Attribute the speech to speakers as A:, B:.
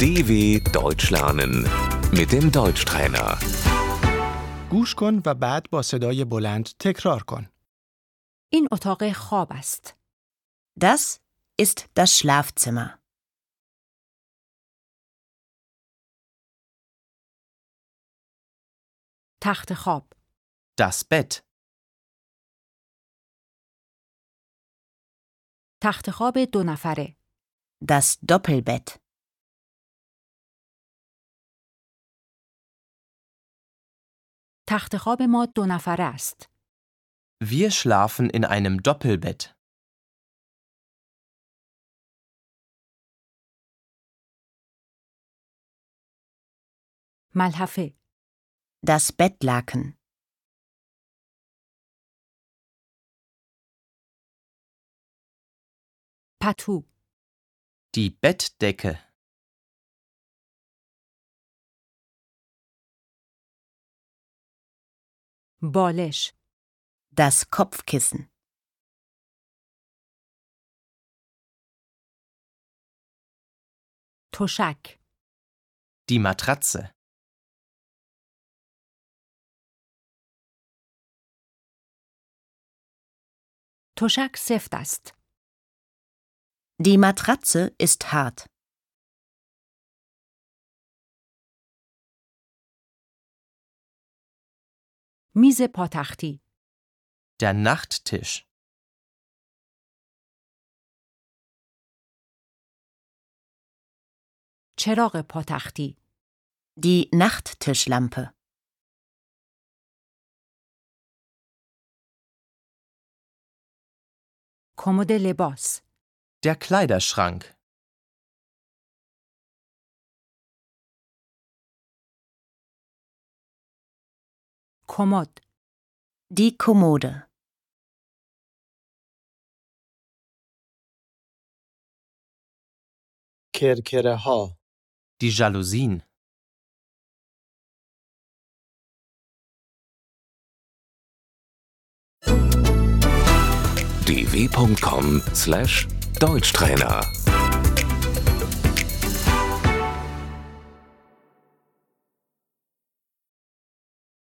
A: DW Deutsch lernen mit dem Deutschtrainer.
B: گوش کن و بعد با صدای بلند تکرار کن.
C: این اتاق خواب است.
D: Das ist das Schlafzimmer.
C: تخت خواب.
E: Das Bett.
C: تخت خواب دو نفره.
D: Das Doppelbett.
C: تخت خواب ما دو نفره است.
E: Wir schlafen in einem Doppelbett.
C: ملحفه.
D: Das Bettlaken.
C: پتو.
E: Die Bettdecke.
C: بالش.
D: Das Kopfkissen.
C: تشک.
E: Die Matratze.
C: تشک سفت است.
D: Die Matratze ist hart.
C: میز پاتختی.
E: Der Nachttisch.
C: چراغ پاتختی.
D: Die Nachttischlampe.
C: کمد لباس.
E: Der Kleiderschrank.
C: کمد.
D: Die Kommode.
F: کرکره ها
E: Die Jalousien.
A: dw.com/deutschtrainer